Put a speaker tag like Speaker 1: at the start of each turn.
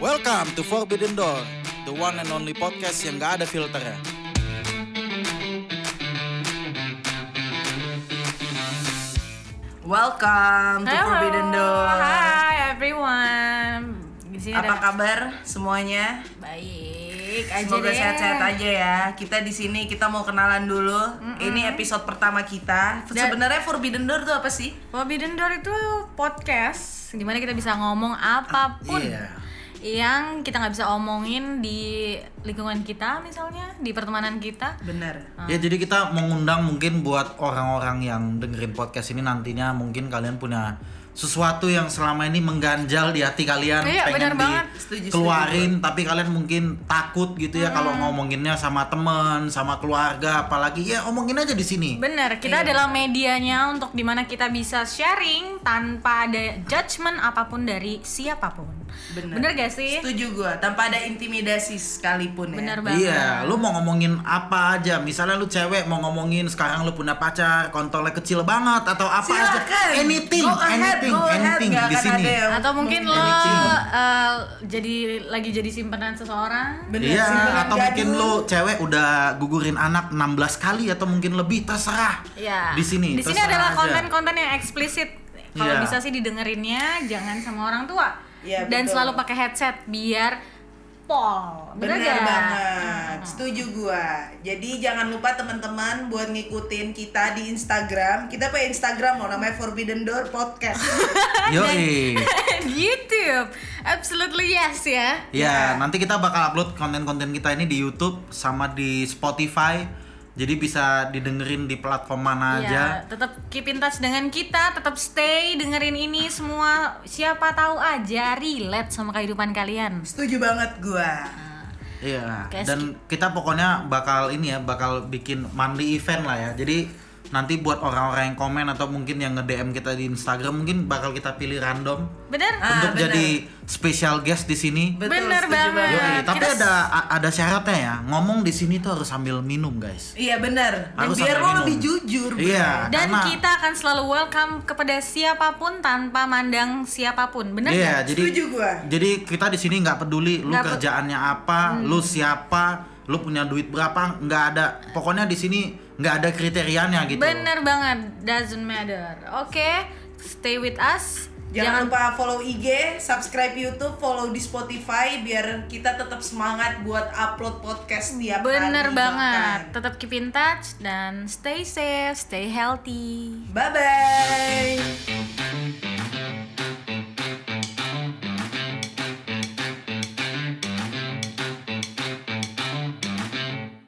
Speaker 1: Welcome to Forbidden Door, the one and only podcast yang gak ada filternya.
Speaker 2: Welcome to
Speaker 3: Halo.
Speaker 2: Forbidden Door.
Speaker 3: Hi everyone. Di sini
Speaker 2: Apa
Speaker 3: ada-
Speaker 2: kabar semuanya?
Speaker 3: Baik aja
Speaker 2: Semoga
Speaker 3: deh.
Speaker 2: sehat-sehat aja ya. Kita di sini kita mau kenalan dulu. Ini episode pertama kita.
Speaker 3: Dan-
Speaker 2: Sebenarnya Forbidden Door tuh apa sih?
Speaker 3: Forbidden Door itu podcast dimana kita bisa ngomong apapun
Speaker 2: Iya.
Speaker 3: yang kita nggak bisa omongin di lingkungan kita misalnya di pertemanan kita.
Speaker 2: Bener.
Speaker 1: Ya jadi kita mengundang mungkin buat orang-orang yang dengerin podcast ini nantinya mungkin kalian punya sesuatu yang selama ini mengganjal di hati kalian
Speaker 3: Iya,
Speaker 1: pengen
Speaker 3: benar
Speaker 1: di
Speaker 3: banget.
Speaker 2: Setuju, setuju.
Speaker 1: keluarin tapi kalian mungkin takut gitu ya kalau ngomonginnya sama temen sama keluarga apalagi ya omongin aja di sini
Speaker 2: Iya.
Speaker 3: Bener, kita adalah medianya untuk dimana kita bisa sharing tanpa ada judgement apapun dari siapapun.
Speaker 2: Bener.
Speaker 3: gak sih?
Speaker 2: Setuju gua. Tanpa ada intimidasi sekalipun ya.
Speaker 3: Bener banget.
Speaker 1: Iya, lu mau ngomongin apa aja? Misalnya lu cewek mau ngomongin sekarang lu punya pacar, kontolnya kecil banget atau apa aja?
Speaker 2: Silakan.
Speaker 1: Anything,
Speaker 2: Go ahead,
Speaker 1: anything,
Speaker 2: go ahead.
Speaker 1: anything
Speaker 2: Nggak
Speaker 1: di
Speaker 2: akan
Speaker 1: sini.
Speaker 2: ada yang-
Speaker 3: Atau mungkin lo eh, jadi lagi jadi simpenan seseorang.
Speaker 2: Bener,
Speaker 1: Iya,
Speaker 2: simpenan
Speaker 1: atau mungkin
Speaker 2: gaduh.
Speaker 1: lu cewek udah gugurin anak 16 kali atau mungkin lebih terserah.
Speaker 2: Iya.
Speaker 3: Ya.
Speaker 1: Di sini.
Speaker 3: Di sini
Speaker 1: terserah
Speaker 3: adalah
Speaker 1: aja.
Speaker 3: konten-konten yang eksplisit. Kalau
Speaker 1: Iya.
Speaker 3: bisa sih didengerinnya jangan sama orang tua.
Speaker 2: Iya,
Speaker 3: Dan
Speaker 2: betul.
Speaker 3: selalu pakai headset biar pol. Bener,
Speaker 2: Bener
Speaker 3: nggak?
Speaker 2: banget, setuju gua. Jadi jangan lupa teman-teman buat ngikutin kita di Instagram. Kita punya Instagram loh, namanya Forbidden Door Podcast.
Speaker 1: Yoi. Iya,
Speaker 3: YouTube. Gitu. Absolutely yes ya.
Speaker 2: Iya.
Speaker 1: Ya, nanti kita bakal upload konten-konten kita ini di YouTube sama di Spotify. Jadi bisa didengerin di platform
Speaker 2: Iya.
Speaker 1: mana aja.
Speaker 3: Ya, tetap keep in touch dengan kita, tetap stay dengerin ini semua. Siapa tahu aja relate sama kehidupan kalian.
Speaker 2: setuju banget gua.
Speaker 1: Iya.
Speaker 3: Kayak
Speaker 1: Dan kita pokoknya bakal ini ya, bakal bikin monthly event lah ya. Jadi nanti buat orang-orang yang komen atau mungkin yang nge-DM kita di Instagram mungkin bakal kita pilih random
Speaker 3: Bener?
Speaker 2: Ah,
Speaker 1: untuk
Speaker 2: bener.
Speaker 1: jadi special guest di sini.
Speaker 3: Bener
Speaker 2: setuju
Speaker 3: banget.
Speaker 1: Yoi, tapi
Speaker 3: Kita-
Speaker 1: ada a- ada syaratnya ya. Ngomong di sini tuh harus sambil minum, guys.
Speaker 2: Iya bener. Dan
Speaker 1: Harus
Speaker 2: biar
Speaker 1: sambil
Speaker 2: lo
Speaker 1: minum.
Speaker 2: lebih jujur. bro.
Speaker 1: Iya.
Speaker 3: Dan
Speaker 1: karena-
Speaker 3: kita akan selalu welcome kepada siapapun tanpa mandang siapapun. Bener nggak?
Speaker 1: Iya, jadi
Speaker 2: Setuju gua.
Speaker 1: Jadi kita di sini nggak peduli lu
Speaker 3: Nggak pe- Hmm.
Speaker 1: kerjaannya apa, lu siapa, lu punya duit berapa, nggak ada. Pokoknya di sini nggak ada kriterianya gitu.
Speaker 3: Bener banget, doesn't matter. Oke, stay with us.
Speaker 2: Jangan, lupa follow IG, subscribe YouTube, follow di Spotify biar kita tetap semangat buat upload podcast tiap hari.
Speaker 3: bener banget.
Speaker 2: bahkan.
Speaker 3: Tetap keep in touch dan stay safe, stay healthy.
Speaker 2: Bye bye.